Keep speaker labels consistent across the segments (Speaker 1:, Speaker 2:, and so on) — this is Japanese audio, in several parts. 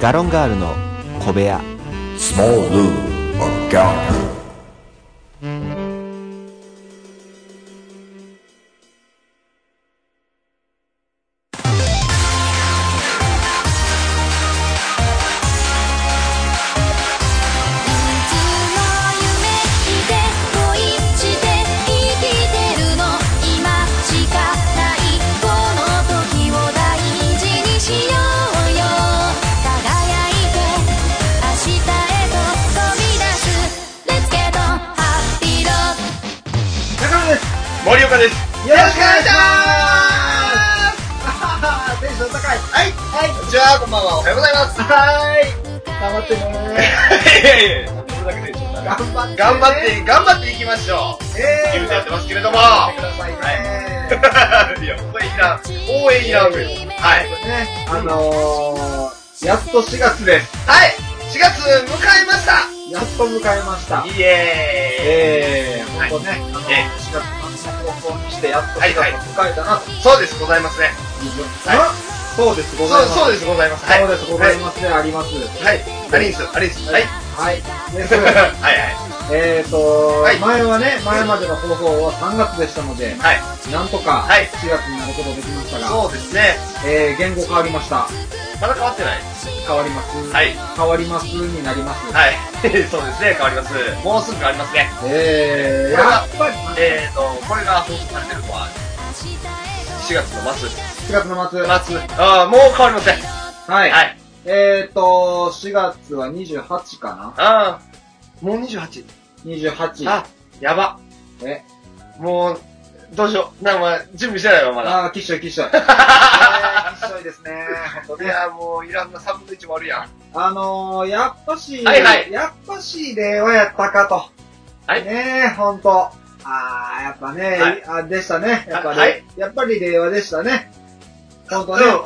Speaker 1: ガロンガールの小部屋
Speaker 2: Small Lou O'Gallagher.
Speaker 3: いつも夢見て恋して生きてるの今しかないこの時を大事にしようよ輝いて明日へと飛び出す Let's get on Happy Road
Speaker 4: 中野です
Speaker 5: 森岡です。
Speaker 4: よろしくお願いしますテンション高いはいはい
Speaker 5: こんにちは、こんばんは、おはようございます。
Speaker 4: はーい頑張ってね
Speaker 5: いやいやいや、これだけでちょっと
Speaker 4: 頑張ってね
Speaker 5: 頑張って、頑張っていきましょう。
Speaker 4: え
Speaker 5: ゲームでやってますけれども。
Speaker 4: 頑張ってください
Speaker 5: はい。
Speaker 4: ね、
Speaker 5: いや、応援いらん。応援いらんという。はい。
Speaker 4: ねあのー、やっと4月です
Speaker 5: はい。4月迎えました。
Speaker 4: やっと迎えました
Speaker 5: イエ
Speaker 4: えー、
Speaker 5: はい
Speaker 4: 本当ね、あのー、
Speaker 5: ええ
Speaker 4: 4月の高校にしてやっと
Speaker 5: は
Speaker 4: 4
Speaker 5: い
Speaker 4: 月を
Speaker 5: はい
Speaker 4: 迎えたなと、
Speaker 5: ーイ。そうです、ございますね。はい
Speaker 4: あそうです
Speaker 5: そ
Speaker 4: ご
Speaker 5: う
Speaker 4: ざいます
Speaker 5: そうです、ございます。はい。
Speaker 4: そうですございますであります
Speaker 5: はい。はい。アリンス、アリンス。はい。
Speaker 4: はいです
Speaker 5: はい は
Speaker 4: えーと、
Speaker 5: はい
Speaker 4: 前はね前までの放送は3月でしたので
Speaker 5: い。はい。
Speaker 4: なんとか
Speaker 5: はい
Speaker 4: 4月になることできましたが、
Speaker 5: そうですね。
Speaker 4: えー、言語変わりました。
Speaker 5: まだ変わってない。
Speaker 4: 変わります。
Speaker 5: はい
Speaker 4: 変わりますになります。
Speaker 5: はい。 そうですね、変わります。もうすぐ変わりますね。
Speaker 4: えー、
Speaker 5: これが
Speaker 4: やっぱり、
Speaker 5: えーと、これが放送されてるのは、4月の末。
Speaker 4: 4月の末。
Speaker 5: 末。ああ、もう変わりません。は。
Speaker 4: はいい。えーと、4月は28かな
Speaker 5: ああ、もう 28?
Speaker 4: ?28。
Speaker 5: あ、やば。
Speaker 4: え
Speaker 5: もう、どうしよう。なんかまあ、準備してないわ、まだ。
Speaker 4: あー、きっしょいき っしょい。えー、きっしょいですね。本当
Speaker 5: い
Speaker 4: ね。
Speaker 5: や、もう、いらんな3分の1もあるやん。
Speaker 4: あのー、やっぱし、
Speaker 5: はいはい
Speaker 4: やっぱし令和やったかと。
Speaker 5: はい
Speaker 4: ねえ、ほんと。あー、やっぱね、
Speaker 5: はい
Speaker 4: あでしたね。やっぱり、
Speaker 5: はい
Speaker 4: やっぱり令和でしたね。ほん
Speaker 5: う
Speaker 4: と
Speaker 5: ん、
Speaker 4: ね。
Speaker 5: うん、うん。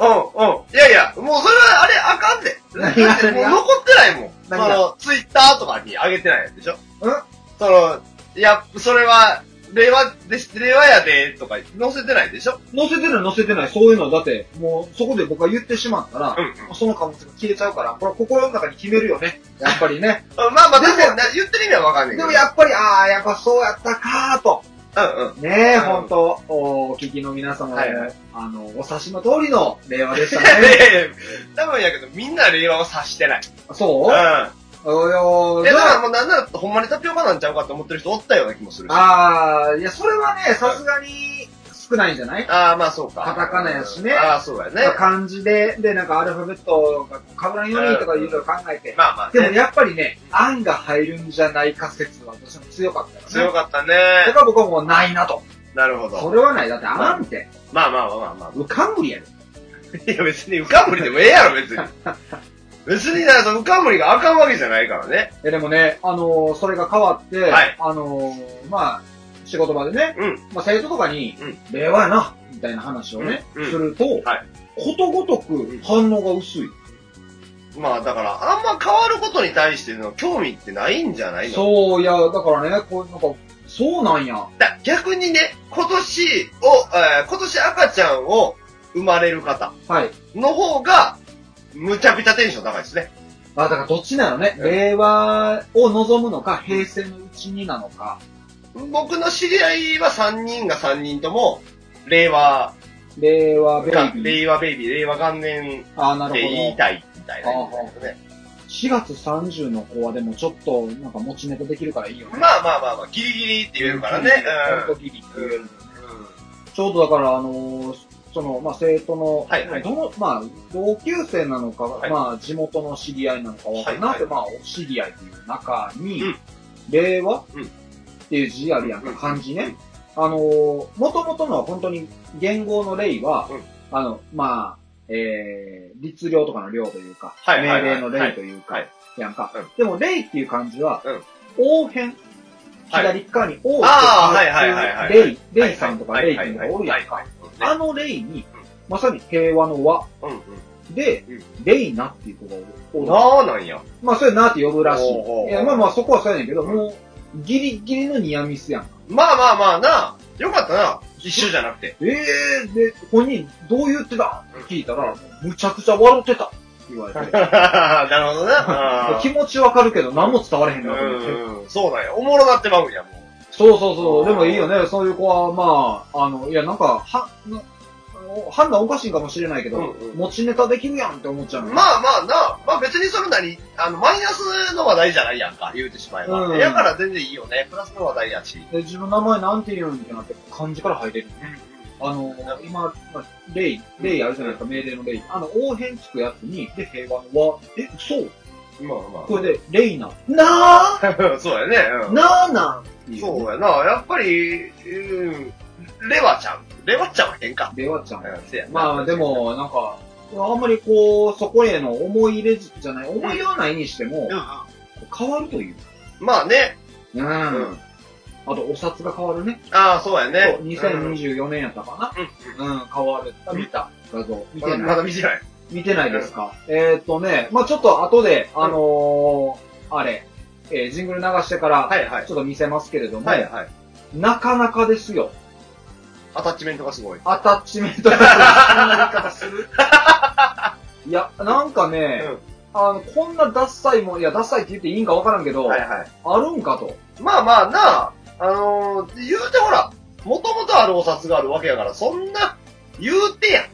Speaker 5: いやいや、もうそれは、あれ、あかんで。
Speaker 4: 何が
Speaker 5: だってもう残ってないもん。
Speaker 4: 何が
Speaker 5: その、ツイッターとかに上げてないやつでしょ
Speaker 4: うん
Speaker 5: その、いや、それは、令和です、令和やで、とか載せてないでしょ
Speaker 4: 載せてる載せてない、そういうのはだって、もうそこで僕が言ってしまったら、
Speaker 5: ん、うん。
Speaker 4: その可能性が消えちゃうから、これは心の中に決めるよね。やっぱり ね。
Speaker 5: まあまあ、
Speaker 4: で
Speaker 5: で
Speaker 4: も
Speaker 5: も、な言ってる意味はわかんな
Speaker 4: で
Speaker 5: いけど。
Speaker 4: もやっぱり、ああ、やっぱそうやったかーと。
Speaker 5: うん うん。
Speaker 4: ねえ、
Speaker 5: うん
Speaker 4: ほんと、おお聞きの皆様、
Speaker 5: はいは
Speaker 4: あの、お察しの通りの令和でした
Speaker 5: いや
Speaker 4: ね。
Speaker 5: いやいや多分やけど、みんな令和を察してない。。
Speaker 4: そううんおよ
Speaker 5: いや、だからもうなんなら、ほんまにタピオカなんちゃうかと思ってる人おったような気もするし。あ
Speaker 4: ああ、いや、それはね、さすがに少ないんじゃない
Speaker 5: あー、まあそうか。
Speaker 4: カタカナやしね
Speaker 5: ああ、そうやね。
Speaker 4: 漢字で、で、なんかアルファベットがこう被らんようにとかいうのを考えて。
Speaker 5: まあまあ
Speaker 4: でも
Speaker 5: ね。
Speaker 4: やっぱりね、案が入るんじゃないか説は私も強かったよ
Speaker 5: 強
Speaker 4: ね。
Speaker 5: かったね。
Speaker 4: だから僕はもうないなと。
Speaker 5: なるほ
Speaker 4: そ
Speaker 5: ど。
Speaker 4: れはない。だって案って、
Speaker 5: まあまあまあまあま
Speaker 4: うかんむりやで。
Speaker 5: あ。いや、別に浮かんぶりでもええやろ、 別に。別にな、その浮かんぶりがあかんわけじゃないからね。
Speaker 4: え、でもね、あのー、それが変わって、
Speaker 5: はい
Speaker 4: あのー、まあ、仕事場でね、
Speaker 5: うん。
Speaker 4: まあ、生徒とかに
Speaker 5: う、
Speaker 4: 令和やな、みたいな話をね、
Speaker 5: うんうん
Speaker 4: すると、
Speaker 5: はい
Speaker 4: ことごとく反応が薄い。
Speaker 5: まあだから、あんま変わることに対しての興味ってないんじゃないの
Speaker 4: そう、いや、だからね、こう、なんか、そうなんや。
Speaker 5: だ逆にね、今年を、えー今年赤ちゃんを生まれる方
Speaker 4: はい。
Speaker 5: の方が、むちゃくちゃテンション高いですね。
Speaker 4: あ、だからどっちなのね。
Speaker 5: うん
Speaker 4: 令和を望むのか、平成のうちになのか。
Speaker 5: 僕の知り合いは3人が3人とも、令和
Speaker 4: 令和ベイ
Speaker 5: が、
Speaker 4: ビー。
Speaker 5: 令和ベイビー、令和元年っ
Speaker 4: あ、なる
Speaker 5: て
Speaker 4: ほ
Speaker 5: 言い
Speaker 4: ど。
Speaker 5: たいみたいな言うんだけどね。
Speaker 4: 4月30の子はでもちょっと、なんか持ちネタできるからいいよね。
Speaker 5: まあまあまあまあ、ギリギリって言えるからね。
Speaker 4: ほんとギリ
Speaker 5: うん。うん
Speaker 4: ちょうどだから、あのーその、まあ、生徒の、
Speaker 5: はいはい
Speaker 4: どの、まあ、同級生なのか、
Speaker 5: はい
Speaker 4: まあ、地元の知り合いなのかわかんない
Speaker 5: はい
Speaker 4: けど、まあ、お知り合いという中に、
Speaker 5: うん
Speaker 4: 令和、
Speaker 5: うん
Speaker 4: っていう字あるやんか、
Speaker 5: うん
Speaker 4: 漢字ね。あのー、元々の本当に言語の例は、
Speaker 5: うん
Speaker 4: あの、まあ、えー、律令とかの令というか、
Speaker 5: はいはいはい
Speaker 4: 命令の令というか、
Speaker 5: はいはい
Speaker 4: やんか。
Speaker 5: うん
Speaker 4: でも、令っていう漢字は、
Speaker 5: うん
Speaker 4: 応変。左側に王って
Speaker 5: あーはいはいはいはい
Speaker 4: レイ、レイさんとかレイ君が
Speaker 5: はいはいはい
Speaker 4: おるやんか。
Speaker 5: はい
Speaker 4: あのレイに、まさに平和の和
Speaker 5: うんうん
Speaker 4: で
Speaker 5: うん、
Speaker 4: レイナっていう子がおる。
Speaker 5: なあなんや。
Speaker 4: まあそれなって呼ぶらし
Speaker 5: おうおうお
Speaker 4: い。
Speaker 5: う
Speaker 4: いやまあまあそこはそうやねんけど、もう、ギリギリのニアミスやんか。
Speaker 5: まあまあまあな、よかったな。一緒じゃな くて。
Speaker 4: ええー、で、本人どう言ってたって聞いたら、むちゃくちゃ笑ってた。言われて。
Speaker 5: なるほどな。 うん
Speaker 4: 気持ちわかるけど、何も伝われへんなと思って。
Speaker 5: うんそうだよ。おもろなってまうんや、もう。
Speaker 4: そうそうそう。でもいいよね。そういう子は、まあ、あの、いや、なんか、は、なあの判断おかしいかもしれないけど、
Speaker 5: うんうん
Speaker 4: 持ちネタできるやんって思っちゃうの。
Speaker 5: まあまあな、まあ別にそれなり、あの、マイナスの話題じゃないやんか、言うてしまえば。
Speaker 4: うん
Speaker 5: やから全然いいよね、プラスの話題やし。
Speaker 4: で自分の名前なんて言うんってなって、漢字から入れるね。あの、今、まあ、レイ、レイあるじゃないですか、命令のレイ。あの、応変つくやつに、で、平和の和。え、そう
Speaker 5: まあまあ。
Speaker 4: これで、レイナ。なあ
Speaker 5: そうやね。うん
Speaker 4: なあなんってい
Speaker 5: そうやな、やっぱり、うん、レワちゃん。レワちゃんは変か。
Speaker 4: ではちゃ
Speaker 5: う
Speaker 4: ん。
Speaker 5: んせやな
Speaker 4: まあ、で、も、なんか、あんまりこう、そこへの思い入れじゃない、思い入れはないにしても
Speaker 5: うん、
Speaker 4: 変わるという。
Speaker 5: まあね、
Speaker 4: うん。あと、お札が変わるね。
Speaker 5: ああ、そうやね。
Speaker 4: そう
Speaker 5: うん
Speaker 4: 2024年やったかな。うん、変わる。見た画像。見て
Speaker 5: まだま
Speaker 4: ない。
Speaker 5: だ見てない。
Speaker 4: 見てないですか。えーっとね、まあちょっと後で、あのー、あれ、えージングル流してから、
Speaker 5: はいはい
Speaker 4: ちょっと見せますけれども、
Speaker 5: はいはい。
Speaker 4: なかなかですよ。
Speaker 5: アタッチメントがすごい。
Speaker 4: アタッチメントが、そんな言い方す るいや、なんかね、あの、こんなダッサいもん、いや、ダッサいって言っていいんかわからんけど、
Speaker 5: はいはい。
Speaker 4: あるんかと。
Speaker 5: まあまあなあ、あのー、言うてほら、もともとあるお札があるわけやから、そんな、言うてやん。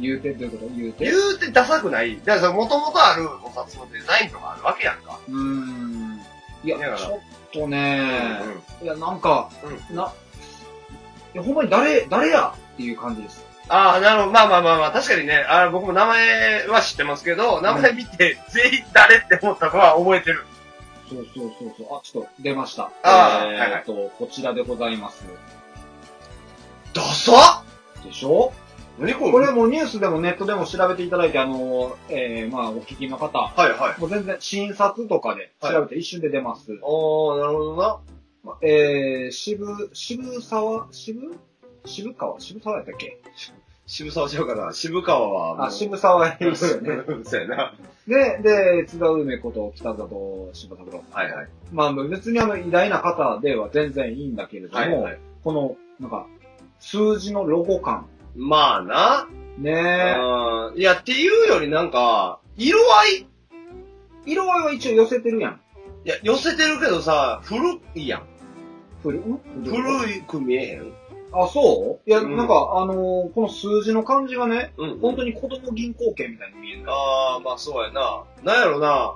Speaker 4: 言うて、どういうこと言うて。
Speaker 5: 言
Speaker 4: う
Speaker 5: うてダサくない。だからもともとあるお札のデザインとかあるわけやんか。
Speaker 4: ーん。い
Speaker 5: だか
Speaker 4: や、
Speaker 5: ら
Speaker 4: ちょっとね、
Speaker 5: うんうん
Speaker 4: いや、なんか、な、いや、ほんまに誰、誰やっていう感じです。
Speaker 5: ああ、なるほど。まあまあまあまあ、確かにね、あー僕も名前は知ってますけど、名前見て、全員誰って思ったのは覚えてる。
Speaker 4: そうそうそうそう。あ、ちょっと出ました。
Speaker 5: あー
Speaker 4: えー
Speaker 5: はいはい
Speaker 4: っと、こちらでございます。
Speaker 5: ダサ
Speaker 4: でしょ
Speaker 5: 何これ
Speaker 4: これもニュースでもネットでも調べていただいて、あの、えー、まあ、お聞きの方、
Speaker 5: はいはい。
Speaker 4: もう全然、診察とかで調べて一瞬で出ます。
Speaker 5: おー、なるほどな。
Speaker 4: まえー、渋、渋沢、渋渋川渋沢やったっけ
Speaker 5: 渋沢しようかな。渋川はもう。
Speaker 4: あ、渋沢栄一
Speaker 5: そ
Speaker 4: よ
Speaker 5: うや
Speaker 4: ね
Speaker 5: な。。 そうやな。
Speaker 4: で、で、津田梅子と北里柴三郎。
Speaker 5: はいはい。
Speaker 4: まあ、別にあの、偉大な方では全然いいんだけれども、
Speaker 5: はいはい。
Speaker 4: この、なんか、数字のロゴ感。
Speaker 5: まあな。
Speaker 4: ね
Speaker 5: うんいや、っていうよりなんか、色合い、い
Speaker 4: え。色合いは一応寄せてるやん。
Speaker 5: や、寄せてるけどさ、古いやん。
Speaker 4: 古ん
Speaker 5: 古く見えへん。
Speaker 4: あ、そういや、
Speaker 5: うん
Speaker 4: なんか、あのーこの数字の感じがね、
Speaker 5: うん
Speaker 4: 本当に子供銀行券みたいに見えるな。
Speaker 5: ああ、まあそうやな。なんやろな。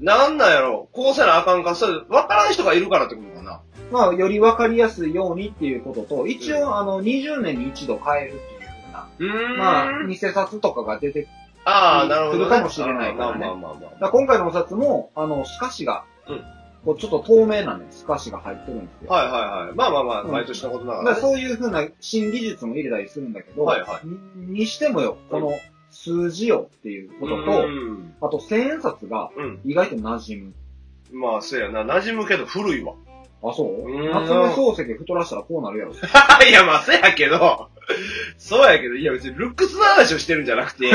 Speaker 5: なんなんやろ。こうせなあかんか。それ、わからん人がいるからってことかな。
Speaker 4: まあ、よりわかりやすいようにっていうことと、一応、あの、20年に一度変えるっていうふうな、
Speaker 5: うーん。
Speaker 4: まあ、偽札とかが出て、
Speaker 5: ああ、なるほど、ね。
Speaker 4: するかもしれないからね
Speaker 5: まあまあまあまあ
Speaker 4: だから今回のお札も、あの、透かしが、
Speaker 5: うん
Speaker 4: こうちょっと透明なね、透かしが入ってるんですよ。
Speaker 5: はいはいはい。まあまあまあ、
Speaker 4: うん
Speaker 5: 毎年のことな
Speaker 4: だ
Speaker 5: が
Speaker 4: からら
Speaker 5: ね、
Speaker 4: そういうふうな新技術も入れたりするんだけど、
Speaker 5: はいは
Speaker 4: ににしてもよ、この数字よっていうことと、
Speaker 5: うん。
Speaker 4: あと千円札が
Speaker 5: うん。
Speaker 4: 意外と馴染む。
Speaker 5: まあ、そうやな。馴染むけど古いわ。
Speaker 4: あ、そ
Speaker 5: う
Speaker 4: う
Speaker 5: ん
Speaker 4: 夏目漱石太らしたらこうなるやろ。
Speaker 5: いや、まあ、そうやけど、そうやけど、いや、別にルックスの話をしてるんじゃなく て、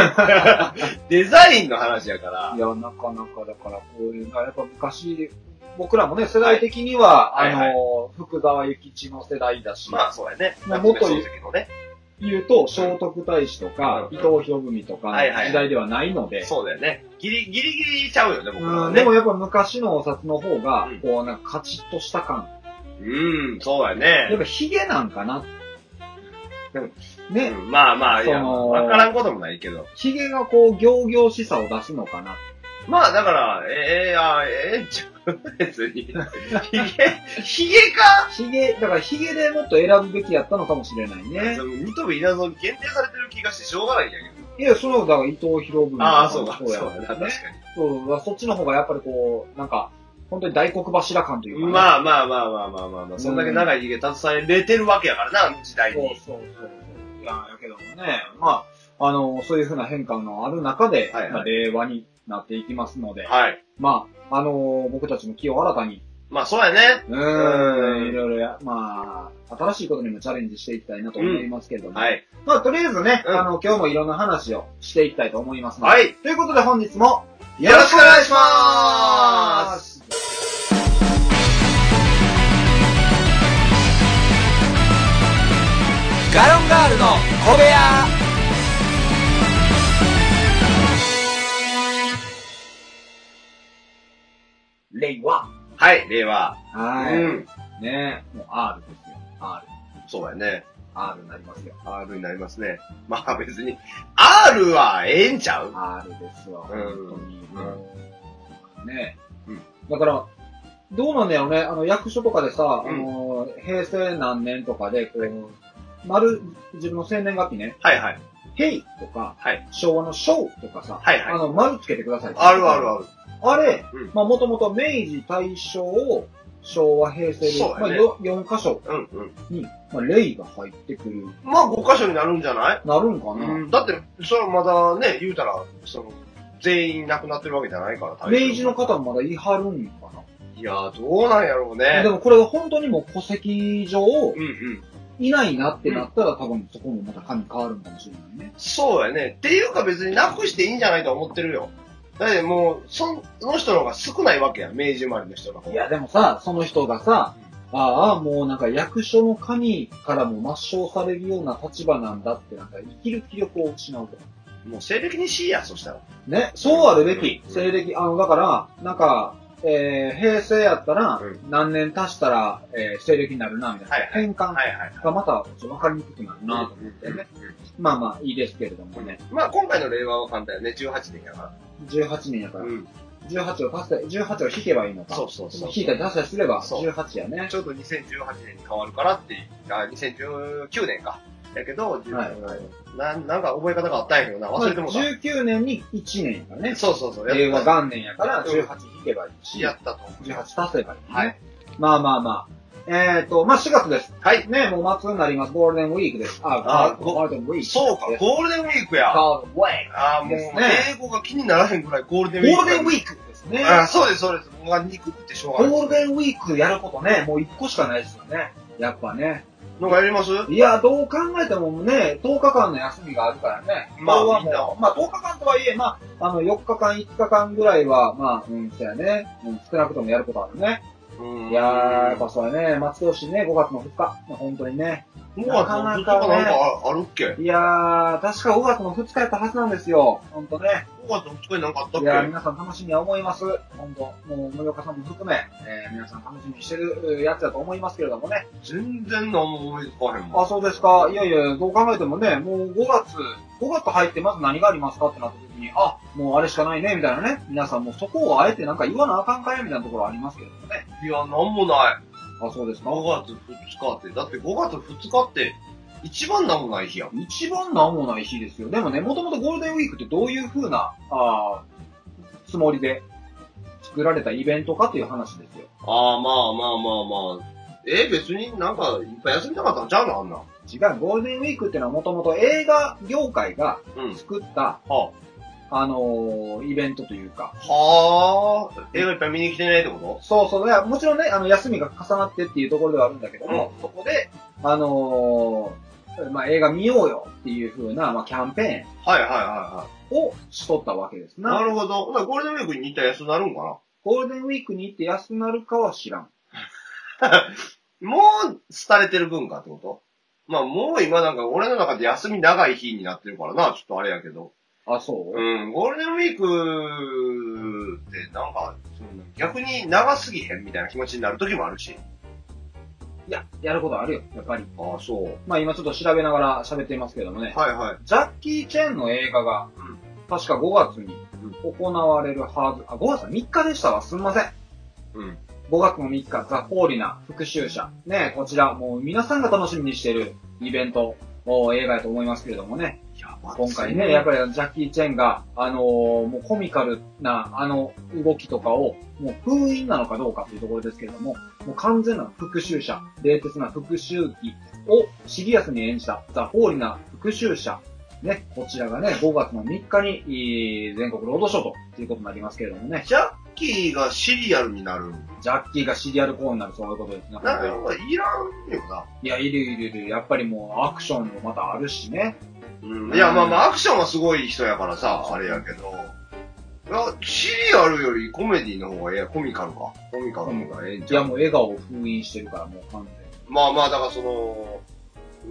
Speaker 5: デザインの話やから。
Speaker 4: いや、なかなかだから、こういうのが、やっぱ昔、僕らもね、世代的には、
Speaker 5: はい
Speaker 4: あの、
Speaker 5: は
Speaker 4: 福沢諭吉の世代だし、
Speaker 5: まあ、そうやね。
Speaker 4: まあもっと
Speaker 5: 言うのね。
Speaker 4: 言うと、聖徳太子とか、
Speaker 5: うん
Speaker 4: 伊藤博文とかの
Speaker 5: はいはい
Speaker 4: 時代ではないので、
Speaker 5: そうだよね。ギリ、ギリギリちゃうよね、僕らは
Speaker 4: うん
Speaker 5: ね。
Speaker 4: でもやっぱ昔のお札の方が、
Speaker 5: うん
Speaker 4: こう、なんかカチッとした感。
Speaker 5: うん、そうや
Speaker 4: やっ
Speaker 5: ね。
Speaker 4: ぱヒゲなんかな。
Speaker 5: う
Speaker 4: ね、
Speaker 5: んまあまあ、いや、
Speaker 4: その
Speaker 5: わからんこともないけど。
Speaker 4: ヒゲがこう、行々しさを出すのかな。
Speaker 5: まあ、だから、ええあええんちゃう。 別に。ひげ、ひげか
Speaker 4: ヒゲ、だからヒゲでもっと選ぶべきやったのかもしれないね。
Speaker 5: ニトビ稲造に限定されてる気がしてしょうがないんやけ
Speaker 4: いや、その、だから伊藤博文と
Speaker 5: ど。ああ、
Speaker 4: か
Speaker 5: そう
Speaker 4: も
Speaker 5: か。そう
Speaker 4: や
Speaker 5: や
Speaker 4: わ
Speaker 5: な、確かに。
Speaker 4: そう、まあそっちの方がやっぱりこう、なんか、本当に大黒柱感というか、ね。あ、
Speaker 5: まあまあまあまあまあまあまあ、そんだけ長い髭携えれてるわけやからな、あの時代
Speaker 4: そう
Speaker 5: に。
Speaker 4: そうそう。いや、やけどもね、まあ、あの、そういうふうな変化のある中で、
Speaker 5: はいはい
Speaker 4: まあ、令和になっていきますので、
Speaker 5: はい。
Speaker 4: まあ、あの僕たちも気を新たに、
Speaker 5: まあそうやね。
Speaker 4: う
Speaker 5: う
Speaker 4: ー
Speaker 5: ん
Speaker 4: ん、いろいろや、まあ、新しいことにもチャレンジしていきたいなと思いますけれども、
Speaker 5: はい。
Speaker 4: まあ、とりあえずね、
Speaker 5: うん
Speaker 4: あの、今日もいろんな話をしていきたいと思いますので、
Speaker 5: はい。
Speaker 4: ということで本日も、
Speaker 5: よろしくお願いします
Speaker 1: ガロンガールの小部屋
Speaker 4: 令和。
Speaker 5: はい、令和。
Speaker 4: は
Speaker 5: う
Speaker 4: い。
Speaker 5: ん。
Speaker 4: ねもう R ですよ。R。
Speaker 5: そうやね。
Speaker 4: R になりますよ。
Speaker 5: R になりますね。まあ別に、R はええんちゃう
Speaker 4: R ですわ、
Speaker 5: うん
Speaker 4: 本当に。
Speaker 5: う
Speaker 4: ね
Speaker 5: うん
Speaker 4: だから、どうなんだろうね、あの、役所とかでさ、
Speaker 5: うん
Speaker 4: あの、平成何年とかで、こう、丸、自分の生年月日ね、
Speaker 5: はいはい。
Speaker 4: へいとか、
Speaker 5: はい
Speaker 4: 昭和の昭とかさ、
Speaker 5: はいはい
Speaker 4: あの、丸つけてください。
Speaker 5: あるあるある。
Speaker 4: あれ、
Speaker 5: うん
Speaker 4: まあ、もともと明治、大正、昭和、平成で、
Speaker 5: そうや
Speaker 4: まあ、
Speaker 5: ね
Speaker 4: よ4箇所
Speaker 5: うんうん。
Speaker 4: に、まあ、例が入ってくる、
Speaker 5: まあ5箇所になるんじゃない
Speaker 4: なるんかな、
Speaker 5: うん。だって、それはまだね、言うたら、その、全員亡くなってるわけじゃないから、大正
Speaker 4: 明治の方もまだ言い張るんかな、
Speaker 5: いやー、どうなんやろうね。
Speaker 4: でもこれが本当にもう戸籍上、
Speaker 5: うんうん。
Speaker 4: いないなってなったら、多分そこもまた紙変わるんかもしれないね。
Speaker 5: そうやね。っていうか別になくしていいんじゃないと思ってるよ。だってもう、その人の方が少ないわけや。明治生まれの人の方
Speaker 4: い
Speaker 5: が。
Speaker 4: や、でもさ、その人がさ、ああ、もうなんか役所の神からも抹消されるような立場なんだって、なんか生きる気力を失うと。
Speaker 5: もう西暦にしいや、そしたら。
Speaker 4: ね、そうあるべき。
Speaker 5: うん
Speaker 4: 西暦、あの、だから、なんか、えー、平成やったら
Speaker 5: う、
Speaker 4: 何年足したら、えー、西暦になるな、みたいな。
Speaker 5: はい
Speaker 4: 変換
Speaker 5: はいはい。
Speaker 4: がまた、ちょっと分かりにくくなるなと思ってね。まあまあ、いいですけれどもね。
Speaker 5: まあ今回の令和は簡単よね。18年やか。
Speaker 4: 18年やからら、
Speaker 5: ん。
Speaker 4: 18を足して、18を引けばいいのか。
Speaker 5: そうそうそう。
Speaker 4: 引いたり出したりすれば、
Speaker 5: そう
Speaker 4: 18やね。
Speaker 5: ちょうど2018年に変わるからっていう、あ、2019年か。やけど、
Speaker 4: は
Speaker 5: ななんか覚え方があったんやけどな、忘れてもうた。
Speaker 4: 19年に1年やからね。
Speaker 5: そうそうそう。やっ
Speaker 4: 令和元年やから、
Speaker 5: うん
Speaker 4: 18引けばいいし、
Speaker 5: や
Speaker 4: 18
Speaker 5: ったと思う。
Speaker 4: 足せばいい、ね。
Speaker 5: はい。
Speaker 4: まあまあまあ。えっ、ー、と、まあ4月です。
Speaker 5: はい。
Speaker 4: ね、もう末になります。ゴールデンウィークです。あ、
Speaker 5: あ
Speaker 4: ゴールデンウィーク。
Speaker 5: そうか、
Speaker 4: ゴ
Speaker 5: ゴールデンウィークや。
Speaker 4: ールデンウィ
Speaker 5: ああ、もう、
Speaker 4: ですね
Speaker 5: 英語が気にならへんぐらいゴールデンウィ
Speaker 4: ー
Speaker 5: ーク。
Speaker 4: ク。ゴールデンウ
Speaker 5: ィ
Speaker 4: ィークですね。
Speaker 5: ああ、そうです、そうです。もう憎くてしょうがない。
Speaker 4: ゴールデンウィークやることね、もう1個しかないですよね。やっぱね。
Speaker 5: なんかやります
Speaker 4: いや、どう考えてもね、10日間の休みがあるからね。
Speaker 5: まあ
Speaker 4: これは
Speaker 5: みんな
Speaker 4: もう、まあ10日間とはいえ、まあ、あの、4日間、5日間ぐらいは、まあ、うん、そうやね。うん少なくともやることあるね。いやー、やっぱそうやね。松戸市ね、5月の2日。本当にね。
Speaker 5: もうなかなかなんかあるっけ ?5
Speaker 4: いやー、確か5月の2日やったはずなんですよ。本当ね。
Speaker 5: 月の2日になんかあったっ
Speaker 4: い
Speaker 5: け
Speaker 4: やー、皆さん楽しみには思います。本当もう、森岡さんも含め、えー皆さん楽しみにしてるやつだと思いますけれどもね。
Speaker 5: 全然何も思いつかへんもん。
Speaker 4: あ、そうですか。いやいや、どう考えてもね、もう5月、5月入ってまず何がありますかってなった時に、あ、もうあれしかないね、みたいなね。皆さんもうそこをあえてなんか言わなあかんかいみたいなところありますけれどもね。
Speaker 5: いや、なんもない。
Speaker 4: あ、そうですか。
Speaker 5: 5月2日って。だって5月2日って、一番なんもない日やん。
Speaker 4: 一番なんもない日ですよ。でもね、もともとゴールデンウィークってどういう風な、あーつもりで作られたイベントかという話ですよ。
Speaker 5: ああ、まあまあまあまあ。えー、別になんかいっぱい休みたかったんちゃうのあんな。
Speaker 4: 違う、ゴールデンウィークってのはもともと映画業界が
Speaker 5: うん。
Speaker 4: 作った、
Speaker 5: は
Speaker 4: あのーイベントというか、
Speaker 5: あ。はあ。映画いっぱい見に来てないってこ
Speaker 4: そうそう。いやもちろんね、あの、休みが重なってっていうところではあるんだけども、そこで、あのーまあ、映画見ようよっていう風な、まあ、キャンペ
Speaker 5: とはいはいはいはい。
Speaker 4: ーンをしとったわけです
Speaker 5: な
Speaker 4: な。
Speaker 5: るほど。ほなゴールデンウィークに似た安なるんかな
Speaker 4: ゴールデンウィークに行って安なるかは知らん。
Speaker 5: もう、廃れてる文化ってことまあもう今なんか俺の中で休み長い日になってるからな、ちょっとあれやけど。
Speaker 4: あ、そう、
Speaker 5: うん、ゴールデンウィークってなんか、その逆に長すぎへんみたいな気持ちになる時もあるし。
Speaker 4: いや、やることあるよ、やっぱり。
Speaker 5: ああ、そう。
Speaker 4: まあ、今ちょっと調べながら喋っていますけどもね、
Speaker 5: はいはい。
Speaker 4: ジャッキー・チェンの映画が、
Speaker 5: うん
Speaker 4: 確か5月に行われるはず、あ、5月3日でしたわ、すんません。
Speaker 5: うん。
Speaker 4: 5月の3日、ザ・ホーリナ復讐者。ね、こちら、もう皆さんが楽しみにしているイベント、お映画やと思いますけれどもね。
Speaker 5: やば
Speaker 4: 今回ね、やっぱりあのジャッキー・チェンが、あのーもうコミカルな、あの動きとかを、もう封印なのかどうかというところですけれども、もう完全な復讐者、冷徹な復讐記をシリアスに演じた、ザ・ホーリナ復讐者。ね、こちらがね、5月の3日に、えー全国ロードショーということになりますけれどもね、
Speaker 5: ジャッキーがシリアルになる。
Speaker 4: ジャッキーがシリアルコーンになるそういうことですね。
Speaker 5: なんかいらんよな。
Speaker 4: いや、いるいるいる。やっぱりもうアクションもまたあるしね。
Speaker 5: うん。いや、まあまあ、アクションはすごい人やからさ、あれやけど。いや、シリアルよりコメディの方がええや、コミカルか。コミカルの方がええん
Speaker 4: い
Speaker 5: ちゃ
Speaker 4: や、
Speaker 5: う、
Speaker 4: もう笑顔を封印してるから、もう完全
Speaker 5: まあまあ、だからその、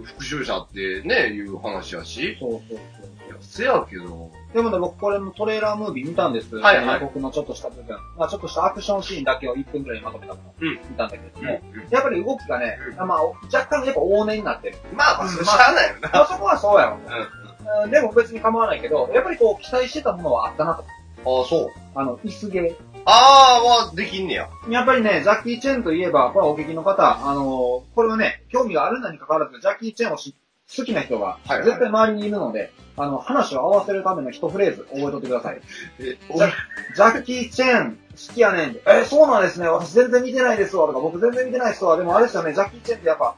Speaker 5: 復讐者ってね、いう話やし。
Speaker 4: に。そうそう
Speaker 5: いやせやけど、
Speaker 4: でもね、僕これもトレーラームービー見たんです。
Speaker 5: はいはい
Speaker 4: 予告のちょっとした部分。まあちょっとしたアクションシーンだけを1分くらいにまとめたものを
Speaker 5: うん
Speaker 4: 見たんだけれど
Speaker 5: うん
Speaker 4: も、やっぱり動きがね、まあ若干やっぱ往年になってる。
Speaker 5: まあまあ、それしゃあないよな。
Speaker 4: まあそこはそうやろうね
Speaker 5: うん。
Speaker 4: うんでも別に構わないけど、やっぱりこう期待してたものはあったなと。
Speaker 5: ああ、そう。
Speaker 4: あの、椅子芸。
Speaker 5: ああ、まあ、できんねや。
Speaker 4: やっぱりね、ジャッキー・チェンといえば、これはお聞きの方、あのーこれはね、興味があるのに関わらず、ジャッキー・チェンをし好きな人が、
Speaker 5: はいはい
Speaker 4: 絶対周りにいるので、あの、話を合わせるための一フレーズ、覚えとってください。
Speaker 5: え、
Speaker 4: ジャジャッキー・チェン、好きやねん。え、そうなんですね。私全然見てないですわ。とか、僕全然見てないですわ。でもあれですよね、ジャッキー・チェンってやっぱ、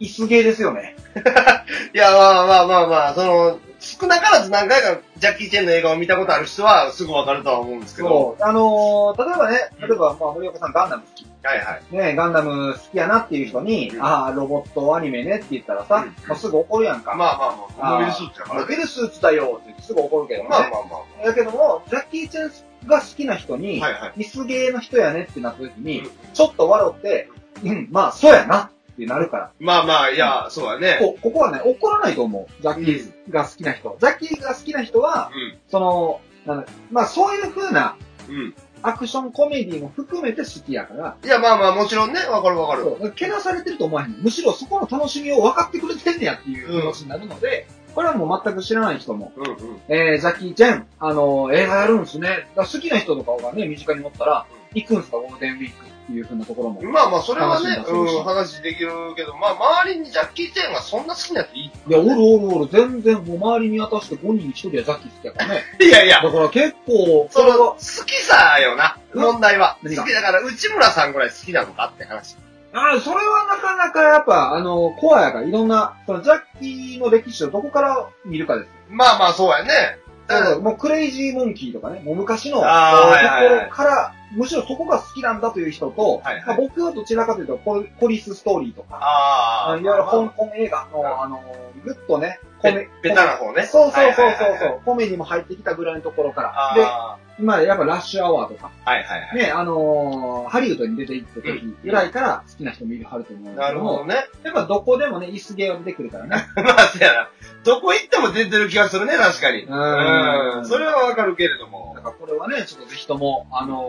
Speaker 4: 椅子芸ですよね。
Speaker 5: いや、まあまあまあまあ、その、少なからず何回かジャッキー・チェンの映画を見たことある人はすぐわかるとは思うんですけど。
Speaker 4: そう。あのー例えばね、例えば、まあ、森岡さんガンダム好き。
Speaker 5: はいはい。
Speaker 4: ね、ガンダム好きやなっていう人に、
Speaker 5: うん
Speaker 4: ああ、ロボットアニメねって言ったらさ、
Speaker 5: うん
Speaker 4: まあ、すぐ怒るやんか。
Speaker 5: まあまあまあ、モビルスーツだから
Speaker 4: モ
Speaker 5: ね。
Speaker 4: ビルスーツだよってすぐ怒るけどね。
Speaker 5: まあまあまあ。は
Speaker 4: だけども、ジャッキー・チェンが好きな人
Speaker 5: い
Speaker 4: に、
Speaker 5: はい。
Speaker 4: ミスゲーの人やねってなった時に、
Speaker 5: うん
Speaker 4: ちょっと笑って、うん、まあ、そうやなってなるから。
Speaker 5: まあまあ、いや、そうだね。
Speaker 4: こここはね、怒らないと思う。ジャッキーが好きな人。ジャッキーが好きな人は、その、なんだまあ、そういう風な
Speaker 5: うん。うん。
Speaker 4: アクションコメディも含めて好きやから、
Speaker 5: いや、まあまあ、もちろんね、わかるわかる。
Speaker 4: そうけなされてると思わへん。むしろそこの楽しみを分かってくれてんねやっていう気持ちになるので、これはもう全く知らない人も、
Speaker 5: うんうん。
Speaker 4: えー、ザキーチェン、あのー映画やるんすね。だから好きな人とかがね、身近におったら、行くんすか、ゴールデンウィークっていう風なところも。
Speaker 5: まあまあ、それは
Speaker 4: 話
Speaker 5: ね
Speaker 4: も、そうし
Speaker 5: うん、話できるけど、まあ、周りにジャッキー・チェンがそんな好きなやつい
Speaker 4: いや、おるおるおる、全然、もう周り見渡して5人に1人はザキー好きやからね。
Speaker 5: いいやい
Speaker 4: だ
Speaker 5: や、
Speaker 4: から結構、
Speaker 5: そ
Speaker 4: それ
Speaker 5: の、
Speaker 4: は
Speaker 5: 好、きさよな、
Speaker 4: うん
Speaker 5: 問題は。好
Speaker 4: 何が
Speaker 5: きだから、内村さんぐらい好きなのかって話。
Speaker 4: あーそれはなかなかやっぱ、あのーコアやから、いろんな、そのザキーの歴史をどこから見るかです。
Speaker 5: まあまあ、そうやね。
Speaker 4: だから
Speaker 5: うん
Speaker 4: もうクレイジーモンキーとかね、もう昔の、こうところ
Speaker 5: あーはいはいはい
Speaker 4: から、むしろそこが好きなんだという人と、
Speaker 5: はいはい
Speaker 4: まあ僕はどちらかというと、ポリポリスストーリーとか、
Speaker 5: あ
Speaker 4: あ
Speaker 5: あ。
Speaker 4: のいわゆる
Speaker 5: まあま
Speaker 4: 香
Speaker 5: あ
Speaker 4: 港映画の、あの、ぐっとね、コメ
Speaker 5: ペ、ベタな方ね。
Speaker 4: そうそうそう
Speaker 5: はい
Speaker 4: そう
Speaker 5: はいはい
Speaker 4: そ、
Speaker 5: はいう
Speaker 4: コメにも入ってきたぐらいのところから。で、
Speaker 5: あ
Speaker 4: 今やっぱラッシュアワーとか、
Speaker 5: あ。はいはいはい。
Speaker 4: ね、あのーハリウッドに出ていった時ぐらいから好きな人もいるはると思うんです
Speaker 5: な
Speaker 4: け
Speaker 5: る
Speaker 4: ど
Speaker 5: ほど
Speaker 4: も、
Speaker 5: ね。
Speaker 4: やっぱどこでもね、椅子芸は出てくるからね。
Speaker 5: まあ、そうやな。どこ行っても出てる気がするね、確かに。
Speaker 4: うーん
Speaker 5: それはわかるけれども
Speaker 4: だ。からこれはね、ちょっとぜひとも、あのー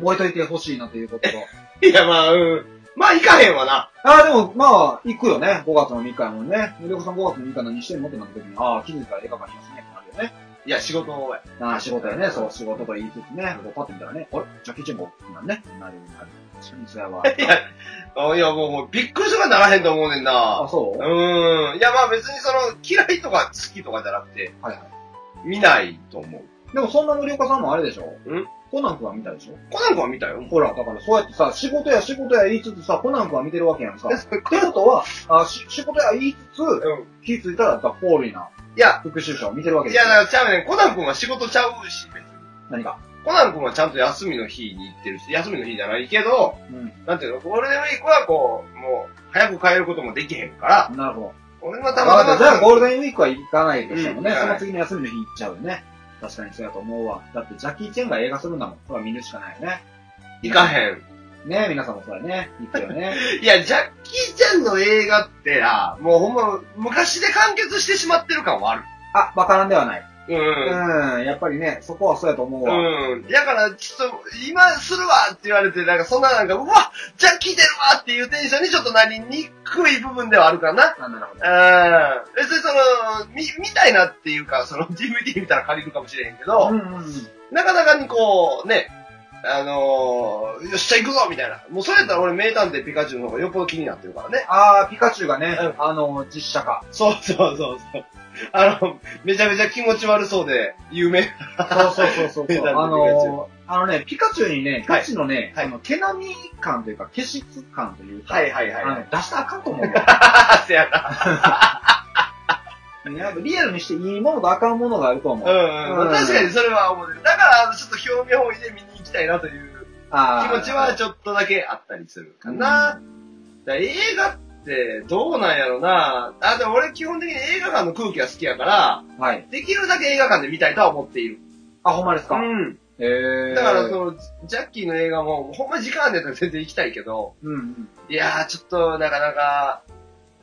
Speaker 4: 覚えといてほしいなということと。
Speaker 5: いや、まあ、うん。まあ、行かへんわな。
Speaker 4: ああ、でも、まあ、行くよね。5月の3日やもんね。森岡さん5月の3日何してんのってなった時に、ああ、気づいたら映画館にいますね。ってなるよね。
Speaker 5: いや、仕事の方へ。
Speaker 4: ああ、仕事やね。そう、仕事と言いつつね、こうパッと見たらね、あれジャッキーチェンも、なんね、なるようになる。確かにそれは。
Speaker 5: あいや、もう、もうびっくりとかならへんと思うねん
Speaker 4: あ、
Speaker 5: な。
Speaker 4: そううは
Speaker 5: ー
Speaker 4: い
Speaker 5: ん。いや、まあ別にその、嫌いとか好きとかじゃなくて、
Speaker 4: は
Speaker 5: 見ないと思う。
Speaker 4: い。でもそんな森岡さんもあれでしょ
Speaker 5: ん
Speaker 4: コナン君は見たでしょ
Speaker 5: コナン君は見たよ。
Speaker 4: ほら、だからそうやってさ、仕事や仕事や言いつつさ、コナン君は見てるわけやんか。ってことは、あし仕事や言いつつ、
Speaker 5: う
Speaker 4: 気づいたらさ、フォーリーない
Speaker 5: や、
Speaker 4: 復讐者を見てるわけ
Speaker 5: い
Speaker 4: です
Speaker 5: や、
Speaker 4: よ
Speaker 5: だからちゃうねん。コナン君は仕事ちゃうし、別に。
Speaker 4: 何が
Speaker 5: コナン君はちゃんと休みの日に行ってるし、休みの日じゃないけど、
Speaker 4: う
Speaker 5: なんていうの、ゴールデンウィークはこう、もう、早く帰ることもできへんから、
Speaker 4: ん。なるほど。
Speaker 5: 俺がた
Speaker 4: だ
Speaker 5: また
Speaker 4: か
Speaker 5: ま。
Speaker 4: らじゃあゴールデンウィークは行かないとしてもね、
Speaker 5: うん
Speaker 4: その次の休みの日行っちゃうよね。確かにそうやと思うわ。だってジャッキー・チェンが映画するんだもん。これは見るしかないよね。
Speaker 5: 行かへん。
Speaker 4: ね皆さんもそうだね。行くよね。
Speaker 5: いや、ジャッキー・チェンの映画ってな、もうほんま、昔で完結してしまってる感はある。
Speaker 4: あ、わからんではない。
Speaker 5: うん。
Speaker 4: うん、やっぱりね、そこはそうやと思うわ。
Speaker 5: うん。だから、ちょっと、今するわって言われて、なんかそんななんか、うわジャッキー出るわっていうテンションにちょっとなりにくい部分ではあるかな。
Speaker 4: あ、なるほ
Speaker 5: うん。
Speaker 4: ど。
Speaker 5: 別にその、み、見たいなっていうか、その DVD 見たら借りるかもしれへんけど、
Speaker 4: うんうんうん。
Speaker 5: なかなかにこう、ね、あのー、よっしゃ行くぞみたいな。もうそれやったら俺名探偵ピカチュウの方がよっぽど気になってるからね。
Speaker 4: あー、ピカチュウがね、
Speaker 5: う
Speaker 4: あの、実写化。
Speaker 5: そうそうそうそう。あの、めちゃめちゃ気持ち悪そうで、有名。
Speaker 4: そうそうそう そう
Speaker 5: 出た
Speaker 4: そう。
Speaker 5: ね
Speaker 4: あ
Speaker 5: ピカチュ
Speaker 4: の、あのね、ピカチュウにね、ピカチュウのね、
Speaker 5: はい
Speaker 4: あの毛並み感というか、毛質感というか、
Speaker 5: はいはいはい
Speaker 4: あの出したらあかんと思うよ。
Speaker 5: あ、せやな。
Speaker 4: やっぱリアルにしていいものとあかんものがあると思う。
Speaker 5: うん、
Speaker 4: うん
Speaker 5: 確かにそれは思うね。だから、あのちょっと表面本位で見に行きたいなという気
Speaker 4: あー
Speaker 5: 持ちはちょっとだけあったりするかな。だから映画ってどうなんやろな。あ、でも俺基本的に映画館の空気が好きやから、
Speaker 4: はい。
Speaker 5: できるだけ映画館で見たいとは思っている。
Speaker 4: あ、ほんまですか、
Speaker 5: ん。
Speaker 4: へえー。
Speaker 5: だから、その、ジャッキーの映画も、ほんま時間あんねやったら全然行きたいけど、
Speaker 4: うんうん。
Speaker 5: いやー、ちょっと、なかなか、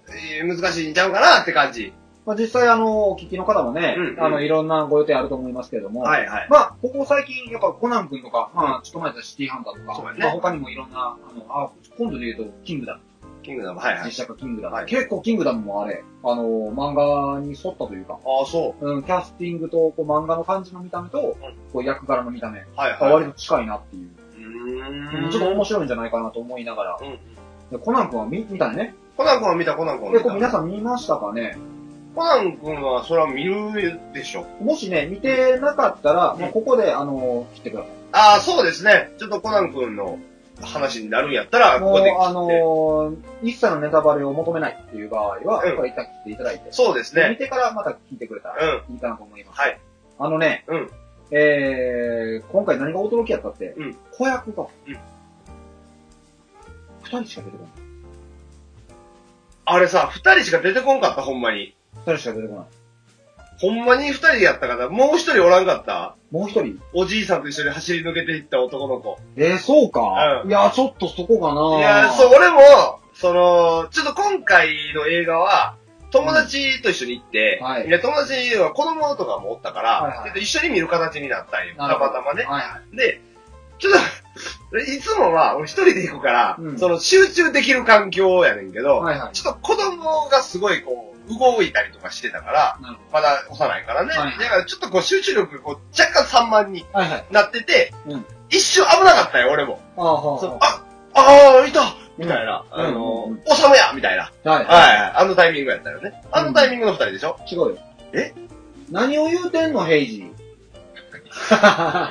Speaker 5: えー難しいんちゃうかなって感じ。
Speaker 4: まあ、実際あの、お聞きの方もね、
Speaker 5: うんうん
Speaker 4: あの、いろんなご予定あると思いますけれども、
Speaker 5: はいはい。
Speaker 4: まあ、ここ最近、やっぱコナン君とか、まあ、ちょっと前だったらシティハンターと
Speaker 5: そう
Speaker 4: か、
Speaker 5: だね
Speaker 4: まあ、他にもいろんな、あの、あ、今度で言うと、キングダム、
Speaker 5: キングダム、はいは
Speaker 4: 実
Speaker 5: い。
Speaker 4: 写化キングダム、
Speaker 5: はい
Speaker 4: 結構キングダムもあれ、あの、漫画に沿ったというか、
Speaker 5: ああ、そ
Speaker 4: うん、キャスティングとこう漫画の感じの見た目と、
Speaker 5: うん
Speaker 4: こう役柄の見た目、
Speaker 5: う。はい
Speaker 4: が
Speaker 5: はい。
Speaker 4: 割と近いなっていう、
Speaker 5: うーん。
Speaker 4: ちょっと面白いんじゃないかなと思いながら、
Speaker 5: うん
Speaker 4: でコナン君は見見たね。
Speaker 5: コナン君は見た、コナン君は
Speaker 4: 結構
Speaker 5: 見
Speaker 4: 皆
Speaker 5: た。
Speaker 4: さん見ましたかね
Speaker 5: コナン君は、それは見るでしょ。
Speaker 4: もしね、見てなかったら、
Speaker 5: ん
Speaker 4: もうここで、あの、切ってくださ
Speaker 5: ああ、そうですね。ちょっとコナン君の話になるんやったら、
Speaker 4: い。も
Speaker 5: ここ
Speaker 4: う
Speaker 5: で切、
Speaker 4: あ
Speaker 5: って。
Speaker 4: の、一切のネタバレを求めないっていう場合は、
Speaker 5: うん
Speaker 4: やっぱり一旦切っていただいて、
Speaker 5: そうです
Speaker 4: で見
Speaker 5: ね。
Speaker 4: てからまた聞いてくれた
Speaker 5: う
Speaker 4: ら
Speaker 5: ん。
Speaker 4: いいかなと思います。
Speaker 5: はい。
Speaker 4: あのね、
Speaker 5: うん
Speaker 4: えー、今回何が驚きやったって、
Speaker 5: うん
Speaker 4: 子役が、
Speaker 5: うん
Speaker 4: 二人しか出てこない。
Speaker 5: あれさ、二人しか出てこんかった、ほんまに。
Speaker 4: 二人しか出てこない。
Speaker 5: ほんまに二人やったから、もう一人おらんかった。
Speaker 4: もう一人
Speaker 5: おじいさんと一緒に走り抜けていった男の子。
Speaker 4: えー、そうか、
Speaker 5: うん
Speaker 4: いや、ちょっとそこかないい
Speaker 5: や、そう、俺も、その、ちょっと今回の映画は、友達と一緒に行って、
Speaker 4: うんはい
Speaker 5: で友達は子供とかもおったから、
Speaker 4: はいはい
Speaker 5: ちょっと一緒に見る形になったんよ。た
Speaker 4: なるほ
Speaker 5: ま
Speaker 4: ど
Speaker 5: たまね。
Speaker 4: はいはい。
Speaker 5: で、ちょっと、 いつもは俺一人で行くから、
Speaker 4: うん
Speaker 5: その集中できる環境やねんけど、
Speaker 4: はいはい。
Speaker 5: ちょっと子供がすごいこう、動いたりとかしてたから、
Speaker 4: なるほ
Speaker 5: まだ幼いからね。
Speaker 4: はいはい
Speaker 5: だからちょっとこう集中力がこう若干散漫に
Speaker 4: ど。はいはい。
Speaker 5: なってて、
Speaker 4: うん
Speaker 5: 一瞬危なかったよ、俺も。
Speaker 4: ああ、はあ。
Speaker 5: そうあ、ああ、いたみたいな。
Speaker 4: うん
Speaker 5: あの、
Speaker 4: うんうん
Speaker 5: おさむやみたいな。
Speaker 4: はい
Speaker 5: はい、あのタイミングやったよね。あのタイミングの二人でしょ、
Speaker 4: 違うよ。
Speaker 5: え
Speaker 4: 何を言うてんの、ヘイジー。
Speaker 5: カ